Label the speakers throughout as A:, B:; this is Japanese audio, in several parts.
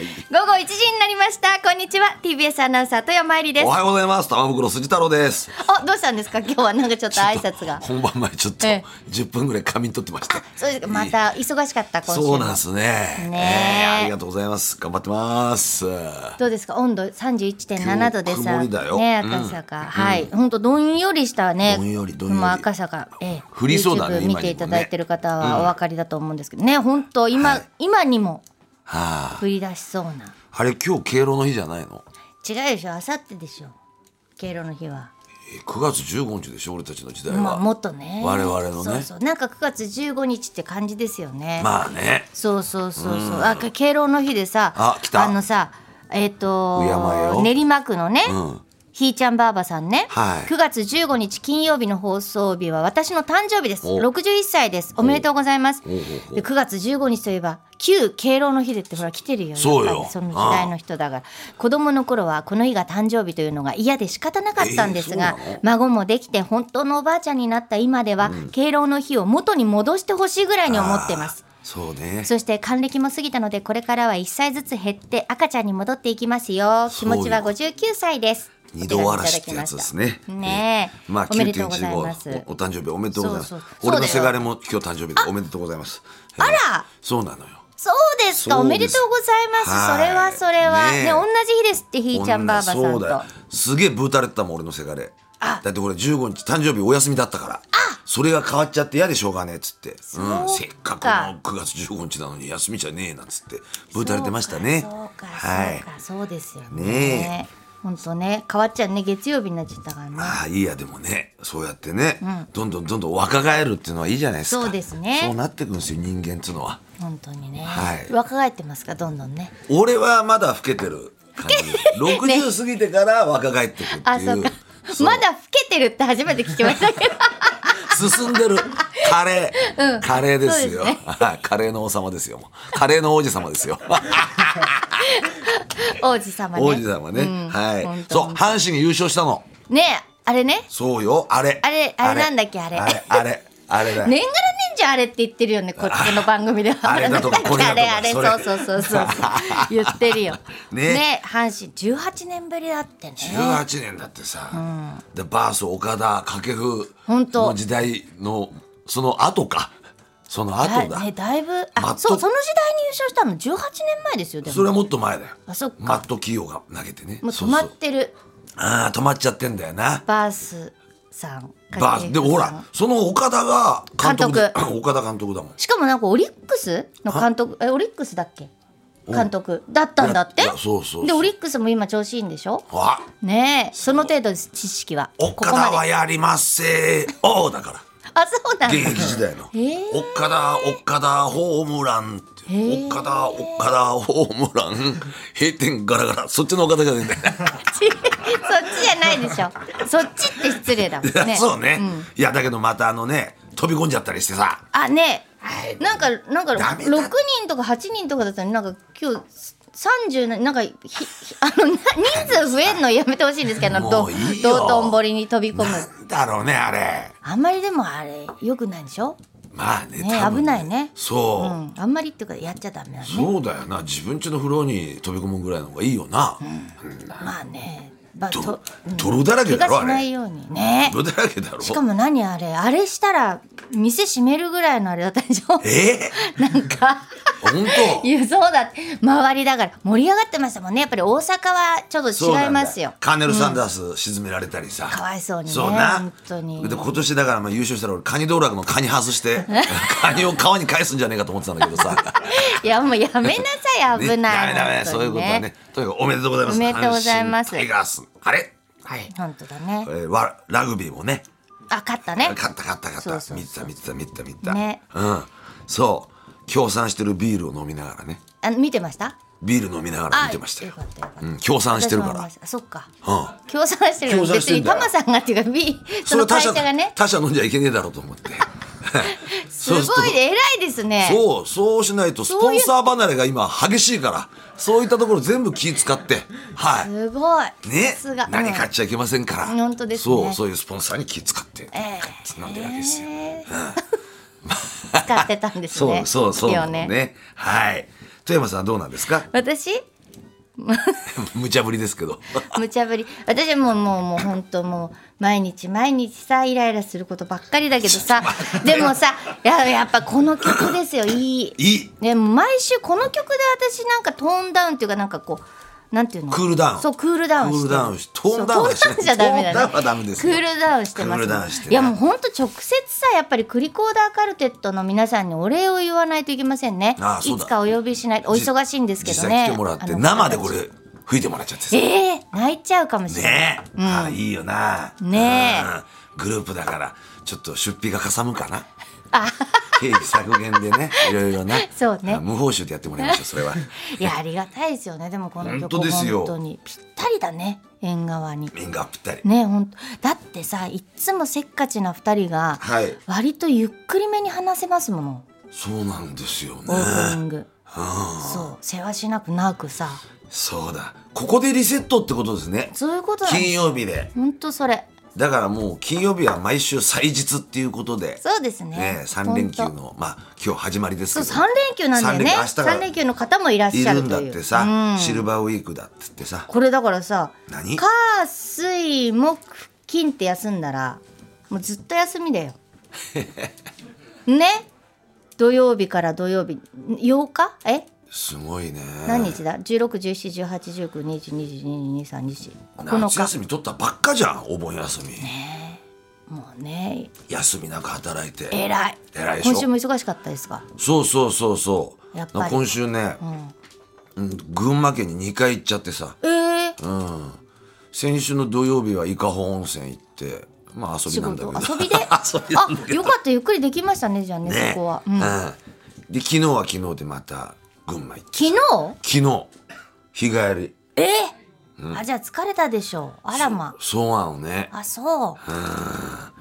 A: 午後1時になりましたこんにちは TBS アナウンサー豊前里です
B: おはようございます玉袋筋太郎です
A: あどうしたんですか今日はなんかちょっと挨拶が
B: 本番前ちょっと
A: ええ
B: 10分ぐらい仮眠取ってました
A: そうですかまた忙しかった今週も
B: そうなんですね
A: ねえ
B: ええありがとうございます頑張ってます
A: どうですか温度31.7度で
B: 今日曇
A: さ
B: りだよ
A: ね赤坂、はい本当どんよりしたね
B: どんよりどんより
A: この赤坂、ええ、
B: 降りそうだね
A: YouTube
B: 今にもね
A: 見ていただいてる方はお分かりだと思うんですけどね本当今、
B: はい
A: 今にも
B: はあ
A: 降り出しそうな
B: あれ今日敬老の日じゃないの
A: 違うでしょあさってでしょ敬老の日は。
B: え9月15日でしょ俺たちの時代は、
A: まあ、もっとね
B: 我々のね
A: そうそうなんか9月15日って感じですよね、
B: まあね
A: そうそうそうそうあか敬老の日でさ
B: あ来た
A: のさえっ、
B: 敬え
A: と
B: よ
A: 練馬区のね、
B: うん
A: ひーちゃんばあばさんね、
B: はい
A: 9月15日金曜日の放送日は私の誕生日です
B: お
A: 61歳ですおめでとうございます
B: おうおう
A: で9月15日といえば旧敬老の日でってほら来てるよ
B: そうよ
A: やっぱりその時代の人だから子供の頃はこの日が誕生日というのが嫌で仕方なかったんですが、
B: えーそうなの
A: 孫もできて本当のおばあちゃんになった今では、敬老の日を元に戻してほしいぐらいに思ってます
B: あーそうね
A: そして還暦も過ぎたのでこれからは1歳ずつ減って赤ちゃんに戻っていきますよ気持ちは
B: そう
A: 59歳です
B: 二度嵐ってやつですね
A: お手紙いただきましたねえ、おめでと
B: まあ
A: うございます
B: 9.15おお誕生日おめでとうございます
A: そうそうそう
B: 俺の
A: そうだ
B: せ
A: よ
B: がれも今日誕生日でおめでとうございますあ
A: ら
B: そうなのよ
A: そうですかお
B: そうです
A: めでとうございます、
B: は
A: そ
B: い
A: れはそれは
B: ね
A: ね
B: え
A: 同じ日ですってひーちゃんばあばさん
B: そ
A: と
B: うだよすげえブータれてたもん俺のせがれだって俺15日誕生日お休みだったからそれが変わっちゃって嫌でしょうがねえっつって、うん、せっかくの9月15日なのに休みじゃねえなんつってブータれてましたね
A: そうか
B: は
A: そう
B: い
A: か、そうですよね
B: ね
A: 本当ね変わっちゃうね月曜日になっちゃったからね
B: ああいいやでもねそうやってね、どんどんどんどん若返るっていうのはいいじゃないですか
A: そうですね
B: そうなってくんですよ人間っつうのは
A: 本当にね、
B: はい
A: 若返ってますかどんどんね
B: 俺はまだ老けてる感じ60過ぎてから若返ってくって
A: あ
B: い
A: そう
B: う
A: か
B: そう
A: まだ老けてるって初めて聞きましたけど
B: 進んでるカレー、カレーです
A: そ
B: よ
A: うです
B: カレーの王様ですよもうカレーの王子様ですよ
A: 王子様ね
B: 王子様ね、
A: うん
B: は
A: 本
B: い
A: 当
B: そう阪神が優勝したの
A: ねあれね
B: そうよあれ
A: あれあれなんだっけあれ
B: あれあれあれだよ
A: 年がら年中あれって言ってる よねこっちの番組では
B: あれだとかこれ
A: あ
B: だとか
A: れあれ
B: そ
A: そ
B: れ
A: うそうそう そう言ってるよ
B: ね
A: 阪神18年ぶりだってね
B: 18年だってさ、でバース岡田掛布
A: 本当
B: の時代のその後かその後だ
A: だねだいぶ
B: マッ
A: あ
B: ト
A: そうその時代に優勝したの18年前ですよで
B: それ
A: も
B: はもっと前だよ
A: あそっか
B: マット企業が投げてね
A: もう止
B: そう
A: ま
B: そう
A: ってる
B: ああ止まっちゃってんだよな
A: バースさん
B: バースでもほらその岡田が監督
A: 監
B: 岡田監督だもん
A: しかもなんかオリックスの監督えオリックスだっけ監督だったんだって
B: いやそうそうそう
A: でオリックスも今調子いいんでしょ
B: あ
A: ねえその程度です知識はここ
B: 岡
A: ま
B: 田
A: で
B: はやりませんおうだから
A: あそうなんだ
B: 現役時代の
A: へ え
B: 岡田岡田ホームランって
A: へえ
B: 岡田岡田ホームラン閉店ガラガラそっちの岡田じゃねえんだよ
A: そっちじゃないでしょ。そっちって失礼だもんね。
B: そうね、
A: ん
B: いやだけどまたあのね飛び込んじゃったりしてさ
A: あね、なんかなんか
B: ダメだ
A: 六人とか八人とかだったのになんか今日。30ななんかひひあのな人数増えんのやめてほしいんですけどあの
B: も
A: ど
B: ういいよ
A: 道頓堀に飛び込む
B: なんだろうねあれ
A: あんまりでもあれよくないでしょ、
B: まあね
A: ね
B: 多分
A: 危ないねう
B: そう、
A: ん、あんまりっていうかやっちゃダメだね
B: そうだよな自分家の風呂に飛び込むぐらいの方がいいよな、
A: まあね、まあ、
B: ど
A: とうん
B: 泥だらけだろ
A: 怪我しないようにね
B: 泥だらけだろ
A: しかも何あれあれしたら店閉めるぐらいのあれだったでしょ
B: え
A: なん か
B: ー、本当
A: いやそうだって周りだから盛り上がってましたもんねやっぱり大阪はちょっ
B: そう
A: と
B: なんだ
A: 違いますよ
B: カーネル・サンダース沈められたりさ、
A: かわいそうにね
B: そうな
A: 本当に
B: で今年だからまあ優勝したら俺カニ道楽のカニ外して カニを川に返すんじゃねえかと思ってたんだけど さ
A: いやもうやめなさい
B: ね
A: 危ない、
B: ダメダメそういうことはねとにかくおめでとうございます
A: おめでとうございます
B: 阪神タイガースあれはい、
A: 本当だね
B: えーわラグビーもね
A: あ勝ったね
B: 勝った勝った勝った
A: そうそうそう
B: 見てた見てた見てた見てた、
A: ね
B: うんそう協賛してるビールを飲みながらね
A: あ見てました
B: ビール飲みながら見てましたよ
A: あよかったよかった
B: うん、協賛してるから
A: 私も見ましたあそっか
B: うん
A: 協賛してるの
B: 協賛し
A: 別
B: てん
A: に
B: だよ
A: パマさんがっていうか B そ
B: それ
A: の
B: は他
A: 会
B: 社
A: 社がね
B: 他社飲んじゃいけねえだろうと思って。
A: すごいね偉いですね
B: そうそうしないとスポンサー離れが今激しいからそういったところ全部気使っては
A: すごい
B: いね
A: さすが
B: 何買っ
A: うん
B: ちゃいけませんから、
A: うん本当ですね
B: そうそういうスポンサーに気使って、
A: ええ
B: 飲んでるわけですよ、
A: ええ使ってたんです
B: そ
A: ね
B: うそうそう
A: 気
B: な
A: を
B: のねはい富山さんはどうなんですか
A: 私
B: 無茶ぶりですけど
A: 無茶ぶり私もうもうもう本当もう毎日毎日さイライラすることばっかりだけど さでもさややっぱこの曲ですよいい
B: いい
A: でも毎週この曲で私なんかトーンダウンっていうかなんかこうなんていうの
B: クールダウン
A: そうクールダウン
B: クールダウンしトーンダウンはし
A: そうトー
B: ない
A: ンダウンじゃダメだね
B: トーンダウンはダメです
A: ク
B: よ
A: ールダウンしてます
B: クールダウンしてね
A: いやもう本当直接さやっぱりクリコーダーカルテットの皆さんにお礼を言わないといけませんね
B: ああそう
A: い
B: だ
A: つかお呼びしないお忙しいんですけど
B: 実際
A: ね
B: 来てもらっ
A: あ
B: て
A: の
B: 生でこれ吹いてもらっちゃってさ
A: ええ泣いちゃうかもしれない、
B: ねえ、ああいいよな
A: ねえ
B: うんグループだからちょっと出費がかさむかな
A: あ
B: 経費削減でねいろいろな
A: そうね
B: 無報酬でやってもらいましょう それは
A: いやありがたいですよねでもこの曲
B: 本当ですよ
A: 本当にぴったりだね縁側に
B: 面がぴったり
A: ね本当だってさいっつもせっかちな二人が、
B: はい
A: 割とゆっくりめに話せますもの
B: そうなんですよね
A: オープニング、
B: うん
A: そう世話しなくなくさ
B: そうだここでリセットってことですね
A: そういうことだ
B: 金曜日で
A: 本当それ
B: だからもう金曜日は毎週祭日っていうことで
A: そうですね
B: ね3連休
A: 本当
B: のまあ今日始まりです
A: そう
B: けど
A: 三連休なんだよね
B: 三連休明日が
A: 三連休の方もいらっ
B: い
A: しゃ
B: る
A: る
B: ん
A: という
B: だってさ、
A: うん
B: シルバーウィークだって言ってさ
A: これだからさ
B: 何
A: 火水木金って休んだらもうずっと休みだよ ね土曜日から土曜日8日え
B: すごいね
A: 何日だ1617181920222324
B: 夏
A: 9日
B: 休み取ったばっかじゃんお盆休み、
A: もうね
B: 休みなく働いて
A: 偉い
B: 偉いでしょ
A: 今週も忙しかったですが
B: そうそうそうそう
A: やっぱり
B: 今週ね、うん群馬県に2回行っちゃってさ
A: ええ
B: 先週の土曜日は伊香保温泉行ってまあ遊び
A: 仕
B: なんだけ
A: 事
B: ど
A: 遊 びで
B: 遊びなんだけ
A: あ
B: ど
A: よかったゆっくりできましたねじゃあね
B: ね
A: そこは、う
B: うん
A: ん、昨
B: で昨日は昨日でまた群馬行って
A: 日
B: 昨日日帰り
A: ええあじゃあ疲れたでしょうあらま
B: そうなのね
A: あそう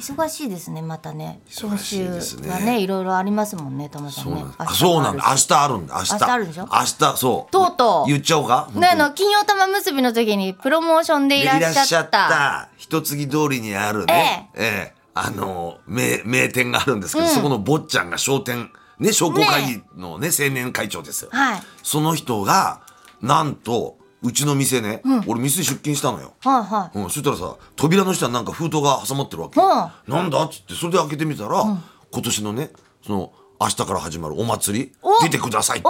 A: 忙しいですねまたね
B: 忙
A: 今
B: しい
A: 週
B: ですね
A: はねいろいろありますもんねともさ
B: そ
A: ん
B: う
A: ね
B: なんだ、あそうなんだ明日あるんだ明日
A: 明日あるでしょ
B: 明日そう
A: とうとう
B: 言っちゃおうか
A: ねあの金曜玉結びの時にプロモーションでい
B: で
A: ら
B: い
A: っ
B: らっし
A: し
B: ゃ
A: ゃ
B: っ
A: った
B: た一継ぎ通りにあるね、ええあの名名店があるんですけど、そこの坊ちゃんが商店ね商工会議のね青年会長ですよ、
A: はい
B: その人がなんとうちの店ね、俺店出勤したのよ、
A: はいは
B: うん、そしたらさ扉の下になんか封筒が挟まってるわけ、
A: は
B: なんだっつってそれで開けてみたら、今年のねその明日から始まるお祭り
A: お
B: 出てくださいって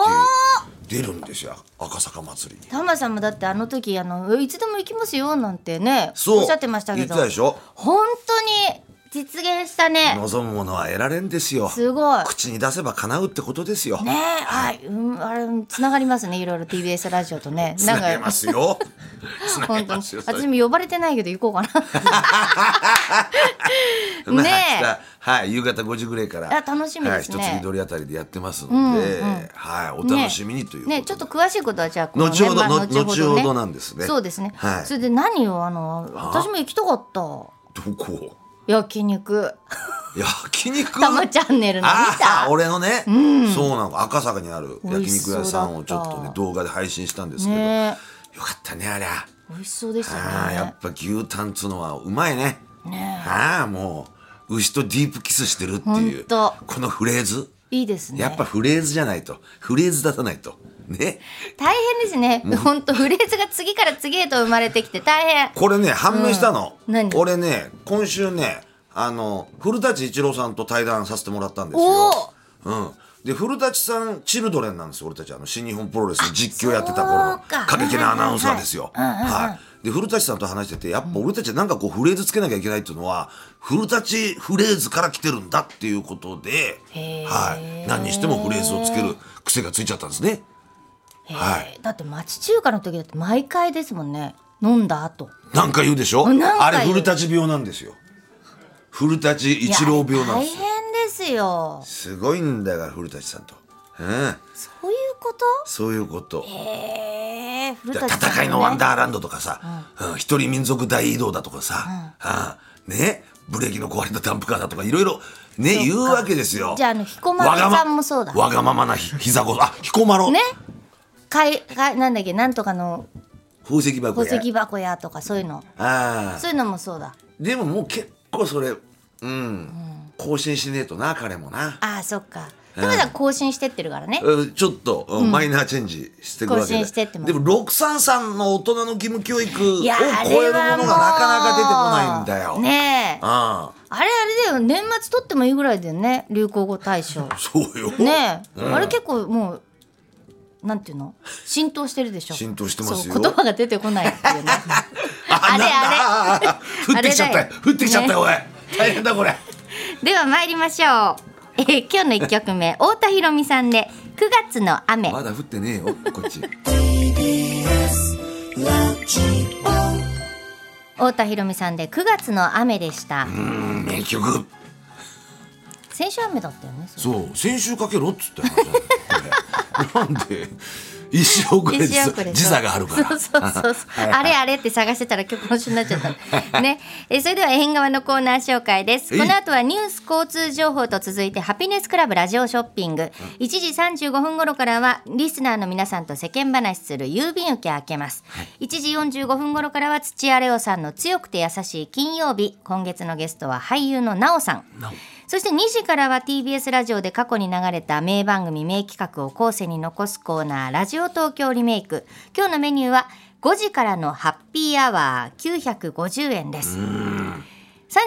B: いう出るんですよ赤坂祭りに
A: い玉さんもだってあの時あのいつでも行きますよなんてね
B: そう
A: おっしゃってましたけ
B: 言
A: ど
B: ってたでしょ
A: 本当に実現したね
B: 望むものは得られんですよ
A: すごい
B: 口に出せば叶うってことですよ、
A: ねえはい、うん、あれつながりますねいろいろ TBS ラジオとね
B: つ
A: なん
B: なげ
A: か
B: ますよつなげ
A: 本当
B: ま
A: に
B: すよそれ
A: 私も呼ばれてないけど行こうかな
B: まあ
A: ねえ
B: 明日はい、夕方5時ぐらいから
A: あ楽しみですね
B: はい、一月通りあたりでやってますので、はい、お
A: ね
B: 楽しみにということで、
A: ねちょっと詳しいことはじゃあこの
B: 後ほど、
A: メンバー
B: の後ほど,、なんですね
A: そうですね、
B: はい
A: それで何をあの私も行きたかった
B: どこ
A: 焼肉
B: 焼肉
A: たまチャンネルの見
B: あ
A: た
B: あ俺のね、そうなの赤坂にある焼肉屋さんをちょっと
A: 美味しそうだ
B: ね
A: った
B: 動画で配信したんですけど、
A: ね
B: よかったねあれあ
A: 美味しそうでし
B: あ
A: た
B: や
A: ね
B: っぱ牛タンっつうのはうまいね
A: ね
B: ああもう牛とディープキスしてるっていう
A: ほんと
B: このフレーズ
A: いいですね
B: やっぱフレーズじゃないとフレーズ出さないとね
A: 大変ですね本当フレーズが次から次へと生まれてきて大変
B: これね判明したの、
A: うん何
B: 俺ね今週ねあの古舘一郎さんと対談させてもらったんです
A: お
B: よ
A: お、
B: うん、で古舘さんチルドレンなんですよ俺たちあの新日本プロレスの実況やってた頃の
A: そうか
B: 過激なアナウンサーですよ
A: はいはいはいうんうんうん
B: はいで古舘さんと話しててやっぱ俺たちはなんかこうフレーズつけなきゃいけないっていうのは古舘フレーズから来てるんだっていうことで、
A: へー
B: はい、何にしてもフレーズをつける癖がついちゃったんですね
A: えー
B: はい
A: だって町中華の時だって毎回ですもんね飲んだ後
B: なんか言うでしょ
A: うんなんか
B: あれ
A: 言う
B: 古舘病なんですよ古舘
A: いや
B: 一郎病なん
A: 大
B: です
A: 変
B: よ
A: ですよ
B: すごいんだから古舘さんと、うん、
A: そういうこと
B: そういうこと
A: えー、古
B: だ
A: 舘さん
B: 戦いのワンダーランドとかさ、うん一人民族大移動だとかさ、うんねブレーキの壊れたダンプカーだとかいろいろね言うわけですよ
A: じゃああの彦摩呂
B: わがま
A: さんもそうだ
B: わがままなひ膝こあ彦摩呂、
A: ねかいかいなんだっけなんとかの
B: 宝石箱
A: 宝
B: や
A: 石箱やとかそういうの
B: ああ
A: そういうのもそうだ
B: でももう結構それうん、更新しねえとな彼もな
A: あーそっか、トムさん更新してってるからね。
B: うんちょっと、うんマイナーチェンジしていくわけで
A: 更新してってます
B: でも633の大人の義務教育を超
A: いや、あ
B: えるも
A: れ
B: のが
A: はもう。
B: なかなか出てこないんだよ、
A: ねえ。
B: ああ
A: あれあれだよ、年末取ってもいいぐらいだよね、流行語大賞。
B: そうよ
A: ねえ、あれ結構もう。なんていうの浸透してるでしょ
B: 浸透してますよ
A: そう言葉が出てこないっていうね
B: あ
A: あれ
B: なんだ降ってきちゃった
A: あ
B: よ
A: れだよ
B: 降ってきちゃったよ、おい大変 だこれ
A: では参りましょう、えー今日の一曲 目太田裕美さんで9月の雨
B: まだ降ってねえよこっち
A: 太田裕美さんで9月の雨でした
B: うん名曲
A: 先週雨だったよねそれ
B: そう先週かけろっつって話だよ これなんで一生遅れで
A: 一週遅れ
B: 時差があるから
A: そうそうそう そうあれあれって探してたら今日今週になっちゃったのねえそれでは縁側のコーナー紹介です
B: えい
A: この後はニュース交通情報と続いてハピネスクラブラジオショッピング1時35分頃からはリスナーの皆さんと世間話する郵便受け開けます1時45分頃からは土屋レオさんの強くて優しい金曜日今月のゲストは俳優のなおさんそして2時からは TBS ラジオで過去に流れた名番組名企画を後世に残すコーナーラジオ東京リメイク今日のメニューは5時からのハッピーアワー950円です3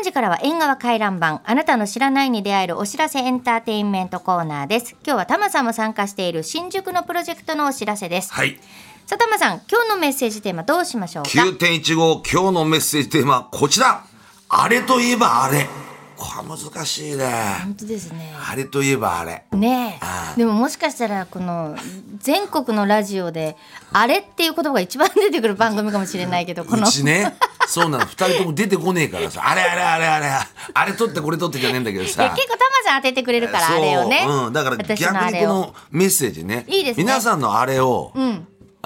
A: 時からは縁側回覧版あなたの知らないに出会えるお知らせエンターテインメントコーナーです今日はタマさんも参加している新宿のプロジェクトのお知らせです
B: はい
A: さあタマさん今日のメッセージテーマどうしましょうか
B: 9.15今日のメッセージテーマはこちらあれといえばあれこれは難しいね
A: 本当ですね
B: あれといえばあれ
A: ね
B: あ
A: えでももしかしたらこの全国のラジオで「あれ」っていう言葉が一番出てくる番組かもしれないけどこ
B: う
A: の
B: ちねそうなの二人とも出てこねえからさあれあれあれあれあれ取ってこれ取ってじゃねえんだけど
A: いや
B: さ
A: 結構タマさん当ててくれるからあれをね、
B: そううん、だから
A: 私のあ
B: 逆に
A: れ
B: こ
A: を
B: のメッセージね
A: いいですね
B: 皆さんのあれを、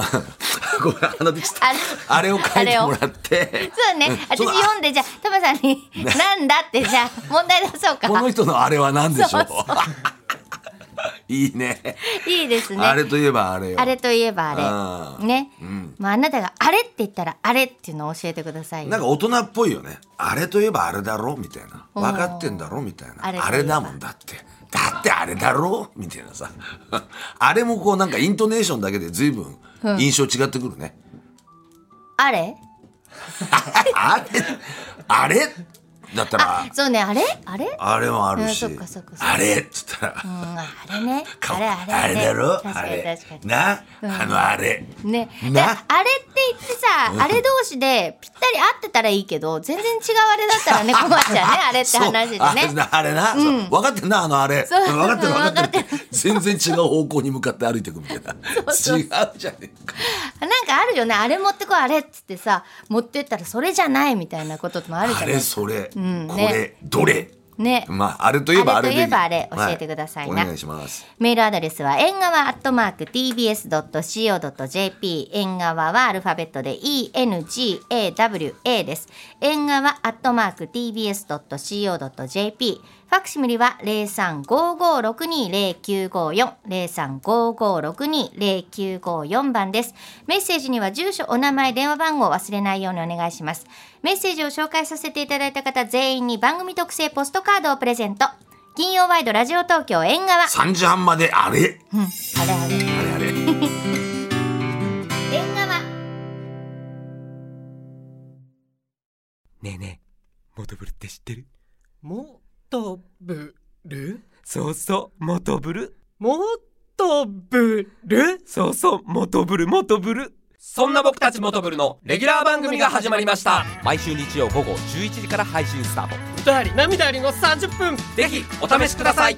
B: ごめんあのちょっと
A: あれ
B: あれを書いてもらって
A: そうね私
B: そうだ
A: 読んでじゃあタマさんに「なんだ?」ってじゃあ問題出そうか
B: この人のあれは何でしょう
A: そう
B: いいね
A: いいですね
B: あれといえばあれよ
A: あれといえば
B: あ
A: あ
B: ー
A: れね、まあ、あなたが「あれ?」って言ったら「あれ?」っていうのを教えてくださいよ
B: なんか大人っぽいよねあれといえばあれだろみたいな
A: おー
B: 分かってんだろみたいな
A: あ
B: あ
A: れ
B: れ
A: といえば
B: だもんだってだってあれだろみたいなさ あれもこうなんかイントネーションだけで随分印象違ってくるね、
A: あれ
B: あれあれだったら
A: そうねあれあれ
B: あれもあるし
A: うんそっかそっかそっか
B: あれっつったら、
A: うんあれね
B: か
A: あれあれ
B: あれだろ
A: 確
B: あ
A: かに
B: れ
A: 確かに
B: な、あのあれ
A: ね、
B: な
A: であれって言ってさ、あれ同士でぴったり合ってたらいいけど全然違うあれだったら ね困っちゃうねあれって話で
B: そうあれ
A: ね。
B: なあれな、そう分かってんなあのあれ
A: そう
B: 分かってる
A: うん
B: 分かってる全然違う方向に向かって歩いていくみた いな違うじゃねえか
A: なんかあるよねあれ持ってこいあれっつってさ持ってったらそれじゃないみたいなこともあるじ
B: あ
A: ゃない
B: れそれ、
A: ん
B: こ
A: ね
B: れどれ
A: ね、
B: まああれといえばあれ
A: あ
B: で
A: れといえばあれ教えてくださいな
B: お願いします
A: メールアドレスは縁側アットマーク tbs.co.jp 縁側はアルファベットで engawa です縁側アットマーク tbs.co.jp ファクシミリは0355620954 0355620954番ですメッセージには住所お名前電話番号を忘れないようにお願いしますメッセージを紹介させていただいた方全員に番組特製ポストカードをプレゼント金曜ワイドラジオ東京縁側
B: 3時半まであれ
A: うん、あれあれ。
B: あれあれ
A: 縁側。
C: ねえねえ、モトブルって知ってる
D: もとぶる
C: そうそう、モトブル。
D: もとぶる
C: そうそう、モトブル、モトブル。
D: そんな僕たちモトブルのレギュラー番組が始まりました
C: 毎週日曜午後11時から配信スタート。
D: 歌あり涙ありの30分
C: ぜひ、お試しください。